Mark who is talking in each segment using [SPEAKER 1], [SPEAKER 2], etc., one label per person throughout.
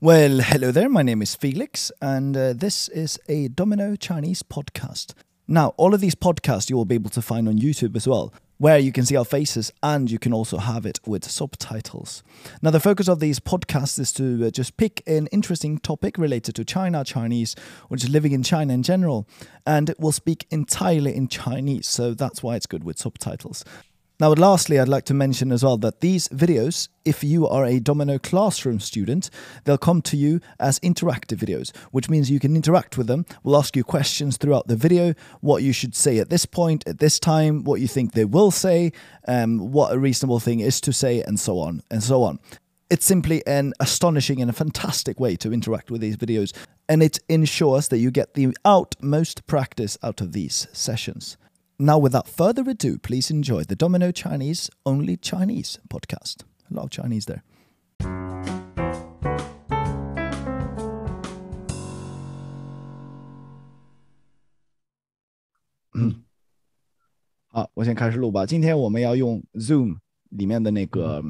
[SPEAKER 1] Well, hello there. My name is Felix, and uh, this is a Domino Chinese podcast. Now, all of these podcasts you will be able to find on YouTube as well, where you can see our faces and you can also have it with subtitles. Now, the focus of these podcasts is to uh, just pick an interesting topic related to China, Chinese, or just living in China in general, and we'll speak entirely in Chinese, so that's why it's good with subtitles. Now, lastly, I'd like to mention as well that these videos, if you are a Domino Classroom student, they'll come to you as interactive videos, which means you can interact with them. We'll ask you questions throughout the video, what you should say at this point, at this time, what you think they will say, um, what a reasonable thing is to say, and so on and so on. It's simply an astonishing and a fantastic way to interact with these videos, and it ensures that you get the outmost practice out of these sessions. Now, without further ado, please enjoy the Domino Chinese Only Chinese podcast. A lot of Chinese there. 好，我先开始录吧。今天我们要用 Zoom 里面的那个，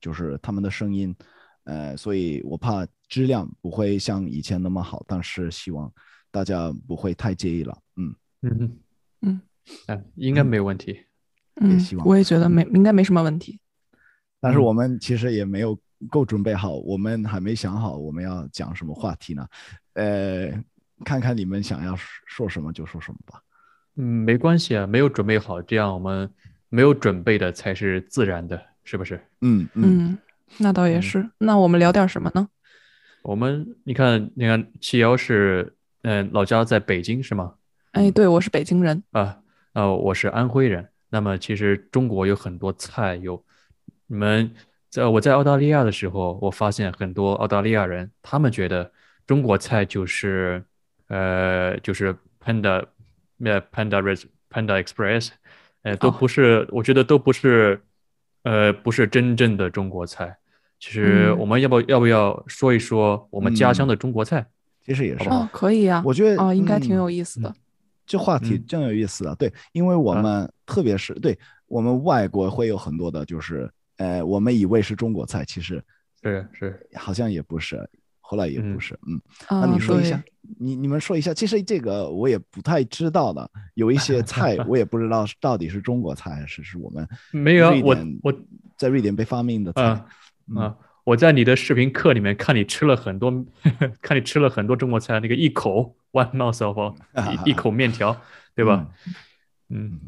[SPEAKER 1] 就是他们的声音，呃，所以我怕质量不会像以前那么好，但是希望大家不会太介意了。嗯，
[SPEAKER 2] 嗯哼，
[SPEAKER 3] 嗯
[SPEAKER 2] 嗯，应该没问题。
[SPEAKER 3] 嗯
[SPEAKER 1] 希，望
[SPEAKER 3] 我也觉得没应该没什么问题。
[SPEAKER 1] 但是
[SPEAKER 2] 嗯
[SPEAKER 1] 我们其实也没有够准备好，我们还没想好我们要讲什么话题呢。呃，看看你们想要说什么就说什么吧。
[SPEAKER 2] 嗯，没关系啊，没有准备好，这样我们没有准备的才是自然的，是不是？
[SPEAKER 1] 嗯嗯
[SPEAKER 3] 嗯，那倒也是。那我们聊点什么呢？
[SPEAKER 2] 我们你看，你看七幺是，嗯、老家在北京是吗？
[SPEAKER 3] 哎，对，我是北京人。
[SPEAKER 2] 啊、呃，我是安徽人。那么其实中国有很多菜，有你们在我在澳大利亚的时候，我发现很多澳大利亚人，他们觉得中国菜就是呃就是 Panda 呃 Panda Res Panda Express，呃都
[SPEAKER 3] 哦
[SPEAKER 2] 不是，我觉得都不是呃不是真正的中国菜。其实
[SPEAKER 3] 嗯
[SPEAKER 2] 我们要不要不要说一说我们家乡
[SPEAKER 1] 嗯
[SPEAKER 2] 的中国菜？
[SPEAKER 1] 其实也是，
[SPEAKER 3] 哦，可以呀。
[SPEAKER 1] 我觉得
[SPEAKER 3] 啊，应该挺
[SPEAKER 1] 嗯
[SPEAKER 3] 有意思的。
[SPEAKER 1] 这话题
[SPEAKER 2] 嗯
[SPEAKER 1] 真有意思啊。对，因为我
[SPEAKER 2] 啊
[SPEAKER 1] 们特别是对我们外国会有很多的，就是呃，我们以为是中国菜，其实
[SPEAKER 2] 是是，
[SPEAKER 1] 好像也不是，后来也不
[SPEAKER 2] 嗯
[SPEAKER 1] 是。嗯，
[SPEAKER 3] 啊，
[SPEAKER 1] 那你说一
[SPEAKER 3] 对
[SPEAKER 1] 下，你你们说一下，其实这个我也不太知道的，有一些菜 我也不知道是到底是中国菜还是是我们
[SPEAKER 2] 没有啊
[SPEAKER 1] 嗯瑞
[SPEAKER 2] 我
[SPEAKER 1] 典
[SPEAKER 2] 我
[SPEAKER 1] 在瑞典被发明的菜。
[SPEAKER 2] 嗯
[SPEAKER 1] 嗯
[SPEAKER 2] 啊，我在你的视频课里面看你吃了很多， 看你吃了很多中国菜，那个一口 one mouth of all，一一口面条，对吧？嗯，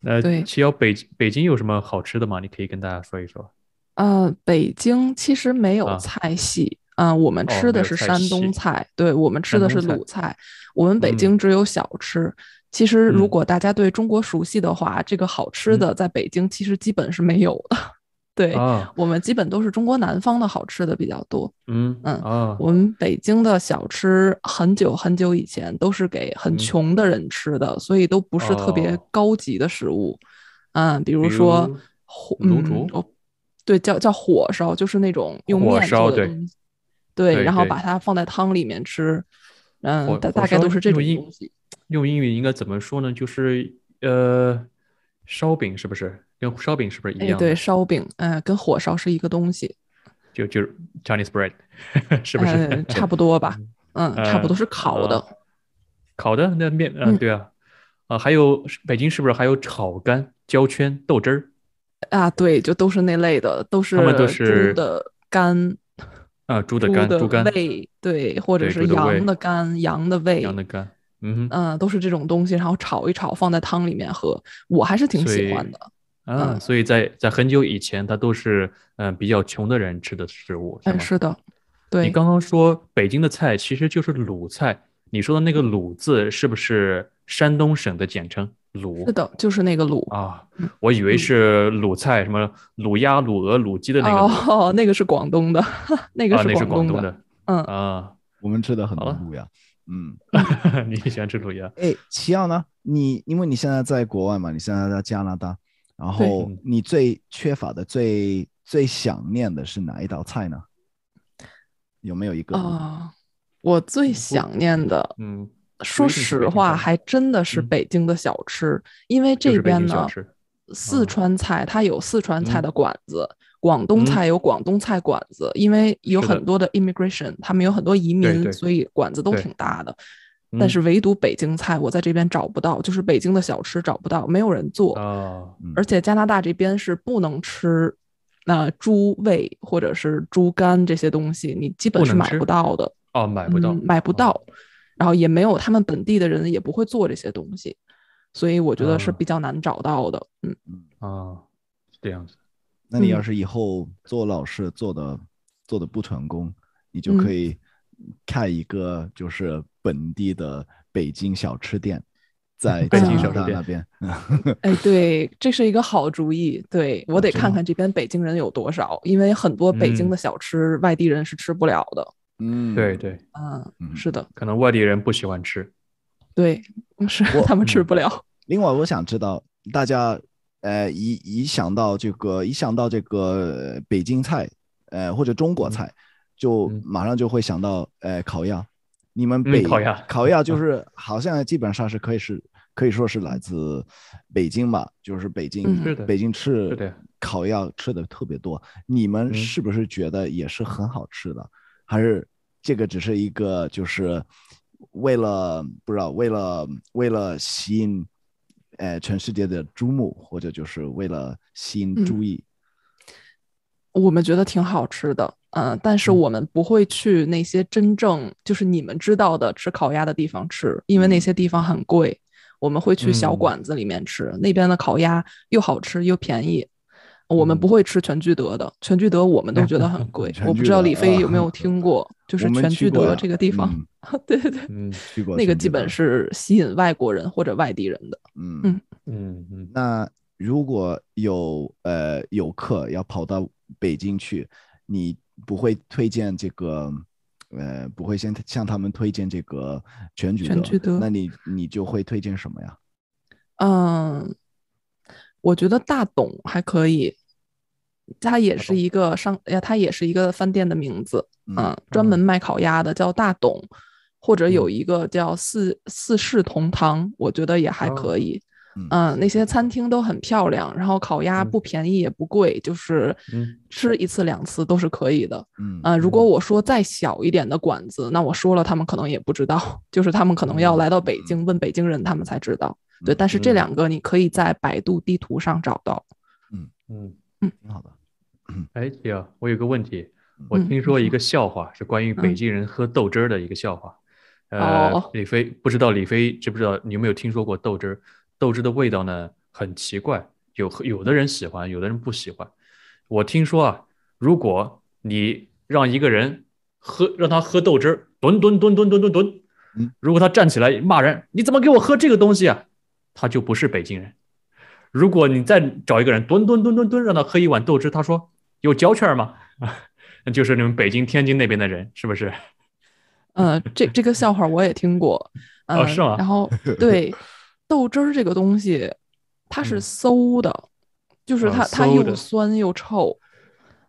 [SPEAKER 2] 那
[SPEAKER 3] 对
[SPEAKER 2] 七幺北北京有什么好吃的吗？你可以跟大家说一说。
[SPEAKER 3] 呃，北京其实没有
[SPEAKER 2] 啊
[SPEAKER 3] 菜系啊，我们
[SPEAKER 2] 哦
[SPEAKER 3] 吃
[SPEAKER 2] 没
[SPEAKER 3] 的
[SPEAKER 2] 有
[SPEAKER 3] 是
[SPEAKER 2] 菜
[SPEAKER 3] 山东
[SPEAKER 2] 系
[SPEAKER 3] 菜，对，我们吃
[SPEAKER 2] 山
[SPEAKER 3] 的
[SPEAKER 2] 东
[SPEAKER 3] 是
[SPEAKER 2] 菜
[SPEAKER 3] 鲁菜，我们北
[SPEAKER 2] 嗯
[SPEAKER 3] 京只有小吃。其实，如
[SPEAKER 2] 嗯
[SPEAKER 3] 果大家对中国熟悉的话，这个好吃
[SPEAKER 2] 嗯
[SPEAKER 3] 的在北京其实基本是没有的。 对，
[SPEAKER 2] 啊，
[SPEAKER 3] 我们基本都是中国南方的好吃的比较多。
[SPEAKER 2] 嗯
[SPEAKER 3] 嗯
[SPEAKER 2] 啊，
[SPEAKER 3] 我们北京的小吃很久很久以前都是给很
[SPEAKER 2] 嗯
[SPEAKER 3] 穷的人吃的，所以都不是特别
[SPEAKER 2] 哦
[SPEAKER 3] 高级的食物。嗯，比如
[SPEAKER 2] 比
[SPEAKER 3] 说
[SPEAKER 2] 如
[SPEAKER 3] 火，
[SPEAKER 2] 卤
[SPEAKER 3] 嗯
[SPEAKER 2] 煮，
[SPEAKER 3] 哦对，叫叫火烧，就是那种用
[SPEAKER 2] 火
[SPEAKER 3] 面
[SPEAKER 2] 烧
[SPEAKER 3] 做的
[SPEAKER 2] 对
[SPEAKER 3] 东西，对，
[SPEAKER 2] 对
[SPEAKER 3] 然后
[SPEAKER 2] 对
[SPEAKER 3] 把它放在汤里面吃。
[SPEAKER 2] 火
[SPEAKER 3] 嗯，大
[SPEAKER 2] 火
[SPEAKER 3] 大概
[SPEAKER 2] 烧
[SPEAKER 3] 都是这
[SPEAKER 2] 用
[SPEAKER 3] 种
[SPEAKER 2] 英
[SPEAKER 3] 东西。
[SPEAKER 2] 用英语应该怎么说呢？就是呃，烧饼是不是跟烧饼是不是一
[SPEAKER 3] 哎，
[SPEAKER 2] 样的？
[SPEAKER 3] 对，烧饼，嗯，跟火烧是一个东西，
[SPEAKER 2] 就就是 Chinese bread，是 不
[SPEAKER 3] 嗯
[SPEAKER 2] 是？，
[SPEAKER 3] 差不 多吧，嗯，差不多是烤的。
[SPEAKER 2] 呃烤的那面，嗯、
[SPEAKER 3] 嗯
[SPEAKER 2] 对啊，啊、还有是北京是不是还有炒肝、焦圈、豆汁儿？
[SPEAKER 3] 啊，对，就都是那类的，都是
[SPEAKER 2] 嗯他们都
[SPEAKER 3] 猪
[SPEAKER 2] 是
[SPEAKER 3] 的肝、
[SPEAKER 2] 啊、猪的
[SPEAKER 3] 猪
[SPEAKER 2] 肝、
[SPEAKER 3] 的
[SPEAKER 2] 猪肝、
[SPEAKER 3] 胃，对，或者
[SPEAKER 2] 对
[SPEAKER 3] 是
[SPEAKER 2] 猪的胃
[SPEAKER 3] 羊的肝、羊的胃，
[SPEAKER 2] 羊的肝，嗯哼，
[SPEAKER 3] 嗯，都是这种东西，然后炒一炒，放在汤里面喝，我还是挺
[SPEAKER 2] 所以
[SPEAKER 3] 喜欢的。
[SPEAKER 2] 啊，
[SPEAKER 3] 嗯
[SPEAKER 2] 所以在在很久以前，它都是嗯、呃比较穷的人吃的食物，是
[SPEAKER 3] 哎，
[SPEAKER 2] 吗？
[SPEAKER 3] 是的，
[SPEAKER 2] 你
[SPEAKER 3] 对，
[SPEAKER 2] 刚刚说北京的菜其实就是鲁菜，你说的那个鲁字是不是山东省的简称？鲁
[SPEAKER 3] 是的，就是那个卤。
[SPEAKER 2] 啊
[SPEAKER 3] 嗯，
[SPEAKER 2] 我以为
[SPEAKER 3] 嗯
[SPEAKER 2] 是鲁菜，什么鲁鸭、鲁鹅、鲁鸡的那个鲁。
[SPEAKER 3] 哦， 那个是广东的，那个
[SPEAKER 2] 啊，那是广
[SPEAKER 3] 广东
[SPEAKER 2] 东
[SPEAKER 3] 的。
[SPEAKER 2] 的
[SPEAKER 3] 嗯，
[SPEAKER 2] 啊，
[SPEAKER 1] 我们吃的很多
[SPEAKER 2] 好了
[SPEAKER 1] 路呀。嗯，
[SPEAKER 2] 你也喜欢吃卤鸭？
[SPEAKER 1] 哎，齐耀呢？你因为你现在在国外嘛，你现在在加拿大，然
[SPEAKER 3] 对
[SPEAKER 1] 后
[SPEAKER 2] 嗯
[SPEAKER 1] 你最缺乏的、最最想念的是哪一道菜呢？有没有一个？
[SPEAKER 2] 哦
[SPEAKER 3] 啊，我最想念的，
[SPEAKER 2] 嗯，
[SPEAKER 3] 说
[SPEAKER 2] 一定是北
[SPEAKER 3] 实
[SPEAKER 2] 京
[SPEAKER 3] 话，
[SPEAKER 2] 菜
[SPEAKER 3] 还真的是
[SPEAKER 2] 嗯
[SPEAKER 3] 北京的小吃，因为
[SPEAKER 2] 就
[SPEAKER 3] 这
[SPEAKER 2] 是北
[SPEAKER 3] 边
[SPEAKER 2] 京小
[SPEAKER 3] 呢，
[SPEAKER 2] 吃。
[SPEAKER 3] 四
[SPEAKER 2] 嗯
[SPEAKER 3] 川菜它有四川菜
[SPEAKER 2] 嗯
[SPEAKER 3] 的馆子，广东菜有广东菜馆子，因为有
[SPEAKER 2] 是的
[SPEAKER 3] 很多的 immigration，他们有很多移民，
[SPEAKER 2] 对
[SPEAKER 3] 所以馆子都
[SPEAKER 2] 对
[SPEAKER 3] 挺大的。
[SPEAKER 2] 嗯
[SPEAKER 3] 但是唯独北京菜，我在这边找不到，就是北京的小吃找不到，没有人做。
[SPEAKER 2] 哦，
[SPEAKER 1] 嗯
[SPEAKER 3] 而且加拿大这边是不能吃那、猪胃或者是猪肝这些东西，你基本
[SPEAKER 2] 不
[SPEAKER 3] 是
[SPEAKER 2] 能
[SPEAKER 3] 买
[SPEAKER 2] 吃
[SPEAKER 3] 不到的，
[SPEAKER 2] 哦，买不到，
[SPEAKER 3] 嗯、买不
[SPEAKER 2] 哦
[SPEAKER 3] 到。然后也没有他们本地的人也不会做这些东西，所以我觉得是
[SPEAKER 2] 啊
[SPEAKER 3] 比较难找到的。嗯，
[SPEAKER 2] 哦，是这样子，
[SPEAKER 1] 那你
[SPEAKER 3] 嗯
[SPEAKER 1] 要是以后做老师做的做的不成功，你就可
[SPEAKER 3] 嗯
[SPEAKER 1] 以开一个就是本地的北京小吃店，在
[SPEAKER 2] 北
[SPEAKER 1] 加
[SPEAKER 2] 京
[SPEAKER 1] 拿
[SPEAKER 2] 小吃
[SPEAKER 1] 大
[SPEAKER 2] 店
[SPEAKER 1] 那边。
[SPEAKER 3] 哎，对，这是一个好主意。对我得
[SPEAKER 1] 哦真
[SPEAKER 3] 看
[SPEAKER 1] 好
[SPEAKER 3] 看这边北京人有多少，因为很多北京
[SPEAKER 2] 嗯
[SPEAKER 3] 的小吃、外地人是吃不了的。
[SPEAKER 1] 嗯，
[SPEAKER 2] 对，对，
[SPEAKER 3] 嗯，
[SPEAKER 1] 嗯
[SPEAKER 3] 是的，
[SPEAKER 2] 可能外地人不喜欢吃，
[SPEAKER 3] 对，是
[SPEAKER 1] 我
[SPEAKER 3] 他们吃
[SPEAKER 2] 嗯
[SPEAKER 3] 不了。
[SPEAKER 1] 另外，我想知道大家，呃，一一想到这个，一想到这个呃北京菜，呃，或者中国菜，就
[SPEAKER 2] 嗯
[SPEAKER 1] 马上就会想到呃烤鸭。你们北、
[SPEAKER 2] 烤鸭
[SPEAKER 1] 烤鸭就是好像基本上是可以是可以说是来自北京吧，就是北京
[SPEAKER 3] 嗯是
[SPEAKER 2] 的
[SPEAKER 1] 北京吃
[SPEAKER 2] 是的
[SPEAKER 1] 烤鸭吃的特别多。你们
[SPEAKER 2] 嗯
[SPEAKER 1] 是不是觉得也是很好吃的？还是这个只是一个就是为了不知道为了为了吸引呃全世界的注目，或者就是为了吸引
[SPEAKER 3] 嗯
[SPEAKER 1] 注意？
[SPEAKER 3] 我们觉得挺好吃的，嗯、但是
[SPEAKER 2] 嗯
[SPEAKER 3] 我们不会去那些真正就是你们知道的吃烤鸭的地方吃，因为
[SPEAKER 1] 嗯
[SPEAKER 3] 那些地方很贵。我们会去小
[SPEAKER 2] 嗯
[SPEAKER 3] 馆子里面吃，那边的烤鸭又好吃又便宜。我们
[SPEAKER 2] 嗯
[SPEAKER 3] 不会吃全聚德的，全聚德我们都觉得很贵。
[SPEAKER 1] 全
[SPEAKER 3] 我不
[SPEAKER 1] 聚
[SPEAKER 3] 知道
[SPEAKER 1] 德
[SPEAKER 3] 李飞有没
[SPEAKER 1] 啊
[SPEAKER 3] 有听过，就是
[SPEAKER 1] 我们
[SPEAKER 3] 全
[SPEAKER 1] 去
[SPEAKER 3] 聚
[SPEAKER 1] 过
[SPEAKER 3] 德
[SPEAKER 1] 呀
[SPEAKER 3] 这个地方，
[SPEAKER 1] 嗯
[SPEAKER 3] 对对对，
[SPEAKER 2] 嗯
[SPEAKER 1] 去过
[SPEAKER 3] 那个
[SPEAKER 1] 全
[SPEAKER 3] 基
[SPEAKER 1] 聚德
[SPEAKER 3] 本是吸引外国人或者外地人的。
[SPEAKER 1] 嗯
[SPEAKER 3] 嗯
[SPEAKER 2] 嗯嗯，
[SPEAKER 1] 那如果有呃游客要跑到北京去，你不会推荐这个，呃，不会先向他们推荐这个全聚
[SPEAKER 3] 全
[SPEAKER 1] 德，
[SPEAKER 3] 聚德
[SPEAKER 1] 那你你就会推荐什么呀？
[SPEAKER 3] 嗯，我觉得大董还可以，它也
[SPEAKER 2] 大
[SPEAKER 3] 是
[SPEAKER 2] 董
[SPEAKER 3] 一个商，哎呀，它也是一个饭店的名字，
[SPEAKER 1] 嗯
[SPEAKER 3] 嗯，专门卖烤鸭的叫大董，或者有
[SPEAKER 2] 嗯
[SPEAKER 3] 一个叫四四世同堂，我觉得也还
[SPEAKER 2] 哦
[SPEAKER 3] 可以。
[SPEAKER 1] 嗯
[SPEAKER 3] 嗯，那些餐厅都很漂亮，然后烤鸭
[SPEAKER 2] 嗯
[SPEAKER 3] 不便宜也不贵，就是
[SPEAKER 2] 嗯
[SPEAKER 3] 吃一次两次都是可以的。
[SPEAKER 1] 嗯
[SPEAKER 3] 啊，如果
[SPEAKER 2] 嗯
[SPEAKER 3] 我说再小一点的馆子，那我说了，他们可能也不知道， 就是他们可能要
[SPEAKER 2] 嗯
[SPEAKER 3] 来到北京问北京人，他们才知道。对，但是这
[SPEAKER 2] 嗯
[SPEAKER 3] 两个你可以在百度地图上找到。
[SPEAKER 2] 嗯，
[SPEAKER 1] 挺好的。
[SPEAKER 2] 哎，姐啊，我有个问题，我
[SPEAKER 3] 嗯
[SPEAKER 2] 听
[SPEAKER 3] 你
[SPEAKER 2] 说一
[SPEAKER 3] 说
[SPEAKER 2] 个笑话，是关于北
[SPEAKER 3] 嗯
[SPEAKER 2] 京人喝豆汁儿的一个笑话。呃
[SPEAKER 3] 哦，
[SPEAKER 2] 李飞不知道李飞知不知道，你有没有听说过豆汁儿？豆汁的味道呢很奇怪，有有的人喜欢，有的人不喜欢。我听说啊，如果你让一个人喝，让他喝豆汁儿，吨吨吨吨吨吨吨
[SPEAKER 1] 嗯，
[SPEAKER 2] 如果他站起来骂人，你怎么给我喝这个东西啊？他就不是北京人。如果你再找一个人吨吨吨吨吨，让他喝一碗豆汁，他说有胶圈吗？ 那就是你们北京、天津那边的人，是不是？
[SPEAKER 3] 呃，这这个笑话我也听过，
[SPEAKER 2] 哦
[SPEAKER 3] 呃，
[SPEAKER 2] 是吗
[SPEAKER 3] 然后对豆汁儿这个东西，它是
[SPEAKER 2] 嗯
[SPEAKER 3] 馊的，就是
[SPEAKER 2] 哦
[SPEAKER 3] 它它
[SPEAKER 2] 馊
[SPEAKER 3] 又
[SPEAKER 2] 的
[SPEAKER 3] 酸又臭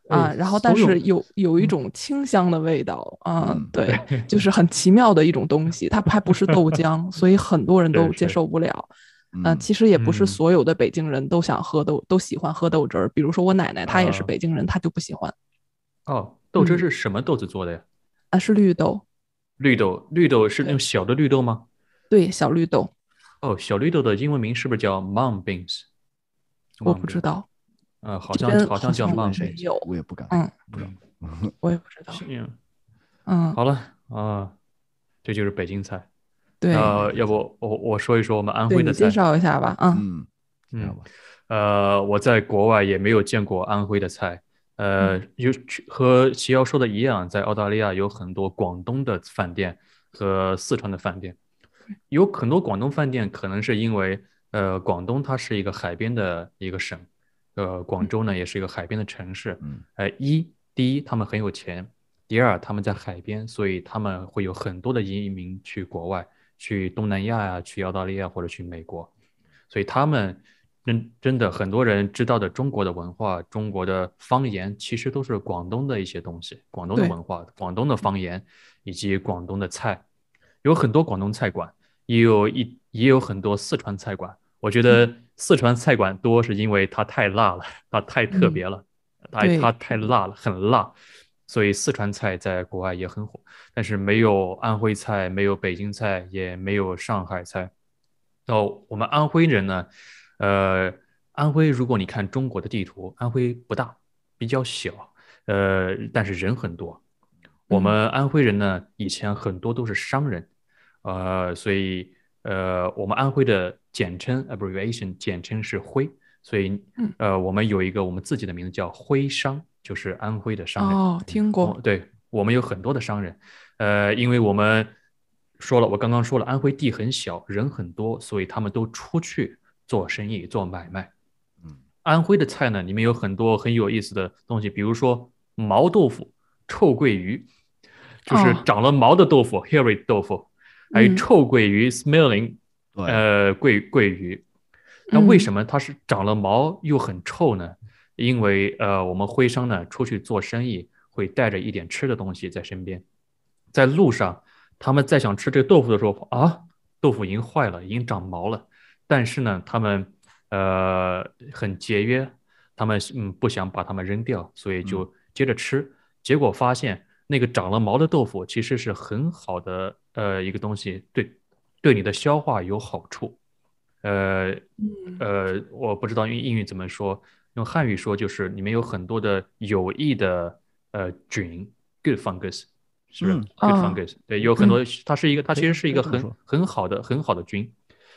[SPEAKER 3] 啊
[SPEAKER 2] 哎，
[SPEAKER 3] 然后但
[SPEAKER 2] 馊有
[SPEAKER 3] 是有有一
[SPEAKER 2] 嗯
[SPEAKER 3] 种清香的味道啊
[SPEAKER 1] 嗯，
[SPEAKER 3] 对，就是很奇妙的一种东西，它还不是豆浆，所以很多人都
[SPEAKER 2] 是
[SPEAKER 3] 接
[SPEAKER 2] 是
[SPEAKER 3] 受不了。嗯，
[SPEAKER 1] 嗯，
[SPEAKER 3] 其实也不是
[SPEAKER 2] 嗯
[SPEAKER 3] 所有的北京人都想喝豆，都喜欢喝豆汁儿。比如说我奶奶，她也是
[SPEAKER 2] 啊
[SPEAKER 3] 北京人，她就不喜欢
[SPEAKER 2] 哦，豆汁
[SPEAKER 3] 嗯
[SPEAKER 2] 是什么豆子做的呀？
[SPEAKER 3] 啊，是绿豆，
[SPEAKER 2] 绿豆，绿豆是那种小的绿豆吗？
[SPEAKER 3] 对，小绿豆，
[SPEAKER 2] 哦，小绿豆的英文名是不是叫 mung beans？
[SPEAKER 3] 我
[SPEAKER 2] Mung
[SPEAKER 3] 不
[SPEAKER 2] bean
[SPEAKER 3] 知。道，
[SPEAKER 2] 呃，好
[SPEAKER 3] 这
[SPEAKER 2] 像
[SPEAKER 3] 边
[SPEAKER 2] 好
[SPEAKER 3] 好
[SPEAKER 2] 像叫
[SPEAKER 3] 像
[SPEAKER 2] mung
[SPEAKER 3] 是
[SPEAKER 2] beans。
[SPEAKER 3] 有，
[SPEAKER 1] 我也不敢，
[SPEAKER 3] 嗯，
[SPEAKER 1] 不知道。
[SPEAKER 3] 我也不知道，
[SPEAKER 2] 嗯，
[SPEAKER 3] 嗯，
[SPEAKER 2] 好了啊，这就是北京菜。
[SPEAKER 3] 对，
[SPEAKER 2] 呃，要不我我说一说我们安
[SPEAKER 3] 对
[SPEAKER 2] 徽的
[SPEAKER 3] 你介
[SPEAKER 2] 菜。
[SPEAKER 3] 绍一下吧，啊，
[SPEAKER 1] 嗯，挺好
[SPEAKER 2] 嗯，
[SPEAKER 1] 吧。
[SPEAKER 2] 呃，我在国外也没有见过安徽的菜。呃，有去和齐瑶说的一样，在澳大利亚有很多广东的饭店和四川的饭店，有很多广东饭店可能是因为，呃，广东它是一个海边的一个省，呃，广州呢也是一个海边的城市，
[SPEAKER 1] 嗯
[SPEAKER 2] 呃，一第一他们很有钱，第二他们在海边，所以他们会有很多的移民去国外，去东南亚呀、去澳大利亚或者去美国，所以他们真真的很多人知道的中国的文化、中国的方言，其实都是广东的一些东西，广东的
[SPEAKER 3] 对
[SPEAKER 2] 文化、广东的方言以及广东的菜，有很多广东菜馆，也有一也有很多四川菜馆。我觉得四川菜馆多是因为它太辣了，它太特别了。它
[SPEAKER 3] 对
[SPEAKER 2] 它太辣了，很辣，所以四川菜在国外也很火，但是没有安徽菜，没有北京菜，也没有上海菜。哦，我们安徽人呢，呃，安徽如果你看中国的地图，安徽不大，比较小，呃，但是人很多。我
[SPEAKER 3] 嗯
[SPEAKER 2] 们安徽人呢，以前很多都是商人，呃，所以呃，我们安徽的简称呃 abbreviation 简称是徽，所以
[SPEAKER 3] 嗯
[SPEAKER 2] 呃，我们有一个我们自己的名字叫徽商，就是安徽的商人。
[SPEAKER 3] 哦，听
[SPEAKER 2] 哦
[SPEAKER 3] 过，
[SPEAKER 2] 对，我们有很多的商人，呃，因为我们说了，我刚刚说了，安徽地很小，人很多，所以他们都出去做生意、做买卖。
[SPEAKER 4] 嗯，
[SPEAKER 2] 安徽的菜呢，里面有很多很有意思的东西，比如说毛豆腐、臭鳜鱼，就是
[SPEAKER 3] 哦
[SPEAKER 2] 长了毛的豆腐 （hairy 豆腐），还有
[SPEAKER 3] 嗯
[SPEAKER 2] 臭鳜鱼 （smelling），
[SPEAKER 4] 对，
[SPEAKER 2] 呃，鳜鳜鱼。那为
[SPEAKER 3] 嗯
[SPEAKER 2] 什么它是长了毛又很臭呢？因为呃，我们徽商呢出去做生意会带着一点吃的东西在身边，在路上他们在想吃这个豆腐的时候啊，豆腐已经坏了，已经长毛了。但是呢，他们呃很节约，他们嗯不想把它们扔掉，所以就接着吃。结果发现那个长了毛的豆腐其实是很好的呃一个东西，对对你的消化有好处。呃
[SPEAKER 3] 嗯
[SPEAKER 2] 呃，我不知道用英语怎么说，用汉语说就是里面有很多的有益的呃菌，good fungus，是不是
[SPEAKER 4] 嗯
[SPEAKER 2] ？good
[SPEAKER 3] 啊
[SPEAKER 2] fungus，对，有很多，它是一个，它其
[SPEAKER 4] 可以
[SPEAKER 2] 实是一个
[SPEAKER 4] 可以这么
[SPEAKER 2] 很
[SPEAKER 4] 说
[SPEAKER 2] 很好的很好的菌，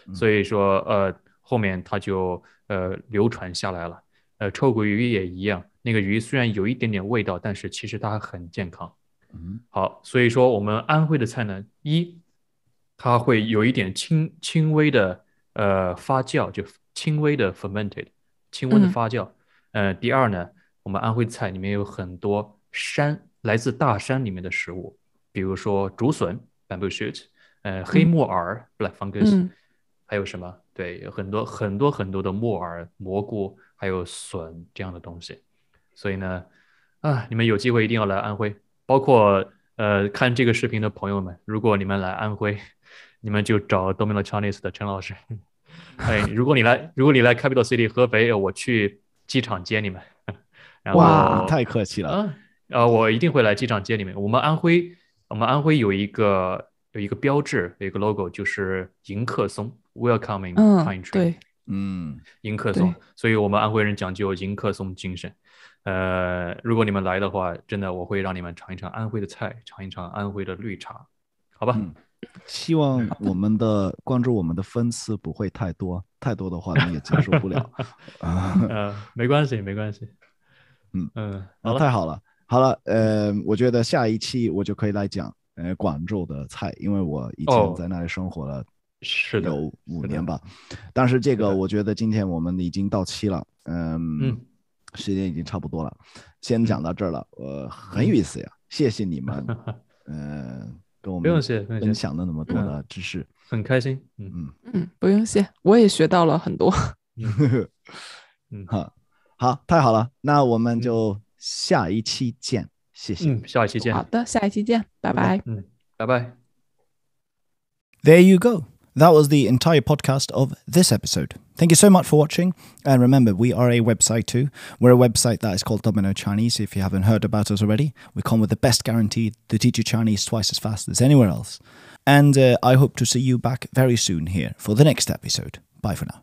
[SPEAKER 4] 嗯
[SPEAKER 2] 所以说呃后面它就呃流传下来了。呃，臭鳜鱼也一样，那个鱼虽然有一点点味道，但是其实它很健康。
[SPEAKER 4] 嗯
[SPEAKER 2] 好，所以说我们安徽的菜呢，一它会有一点轻轻微的呃发酵，就轻微的 fermented，轻微的
[SPEAKER 3] 嗯
[SPEAKER 2] 发酵。呃，第二呢，我们安徽菜里面有很多山来自大山里面的食物，比如说竹笋 （bamboo shoot），呃，黑
[SPEAKER 3] 嗯
[SPEAKER 2] 木耳 （black fungus），、
[SPEAKER 3] 嗯
[SPEAKER 2] 还有什么？对，有很多很多很多的木耳、蘑菇，还有笋这样的东西。所以呢，啊，你们有机会一定要来安徽，包括呃看这个视频的朋友们，如果你们来安徽， 你们就找 Domino Chinese 的陈老师。 哎，如果你来， 如果你来 Capital City 合肥，我去机场接你们。 然后
[SPEAKER 4] 哇，太客气了，
[SPEAKER 2] 啊，呃，我一定会来机场接你们。我们安徽，我们安徽有一个有一个标志，有一个 logo，就是迎客松 （Welcoming
[SPEAKER 3] 嗯
[SPEAKER 2] Pine，Tree）。
[SPEAKER 3] 对，
[SPEAKER 4] 嗯，
[SPEAKER 2] 迎客松
[SPEAKER 3] 对，
[SPEAKER 2] 所以我们安徽人讲究迎客松精神。呃，如果你们来的话，真的我会让你们尝一尝安徽的菜，尝一尝安徽的绿茶，好吧？
[SPEAKER 4] 嗯希望
[SPEAKER 2] 嗯
[SPEAKER 4] 我们的关注我们的分次不会太多，太多的话你也接受 不了啊。
[SPEAKER 2] 呃，没关系，没关系。
[SPEAKER 4] 嗯
[SPEAKER 2] 嗯，
[SPEAKER 4] 啊，
[SPEAKER 2] 好了，
[SPEAKER 4] 太好了，好了，呃，我觉得下一期我就可以来讲呃广州的菜，因为我以
[SPEAKER 2] 哦
[SPEAKER 4] 前在那里生活了
[SPEAKER 2] 是的，
[SPEAKER 4] 有五
[SPEAKER 2] 是的
[SPEAKER 4] 年吧，但是这
[SPEAKER 2] 是
[SPEAKER 4] 个
[SPEAKER 2] 的
[SPEAKER 4] 我觉得今天我们已经到期了，嗯，
[SPEAKER 2] 嗯，
[SPEAKER 4] 时间已经差不多了，先讲到这儿了，呃，
[SPEAKER 2] 嗯
[SPEAKER 4] 很有意思呀，谢谢你 们，呃，跟我
[SPEAKER 2] 不用
[SPEAKER 4] 们
[SPEAKER 2] 谢，不用
[SPEAKER 4] 分
[SPEAKER 2] 谢，
[SPEAKER 4] 享了那么多
[SPEAKER 2] 嗯
[SPEAKER 4] 的知识，
[SPEAKER 2] 很开心。嗯
[SPEAKER 4] 嗯，
[SPEAKER 3] 嗯，不用谢，我也学到了很多。
[SPEAKER 2] 嗯
[SPEAKER 4] 好，好，太好了，那我们
[SPEAKER 2] 嗯
[SPEAKER 4] 就下一期见，谢谢。
[SPEAKER 2] 嗯，下一期见
[SPEAKER 3] 好。的，下一期见，拜
[SPEAKER 4] 拜
[SPEAKER 3] 拜。
[SPEAKER 2] 嗯，拜拜。
[SPEAKER 1] There you go. That was the entire podcast of this episode. Thank you so much for watching. And remember, we are a website too. We're a website that is called Domino Chinese. If you haven't heard about us already, we come with the best guarantee to teach you Chinese twice as fast as anywhere else. And uh, I hope to see you back very soon here for the next episode. Bye for now.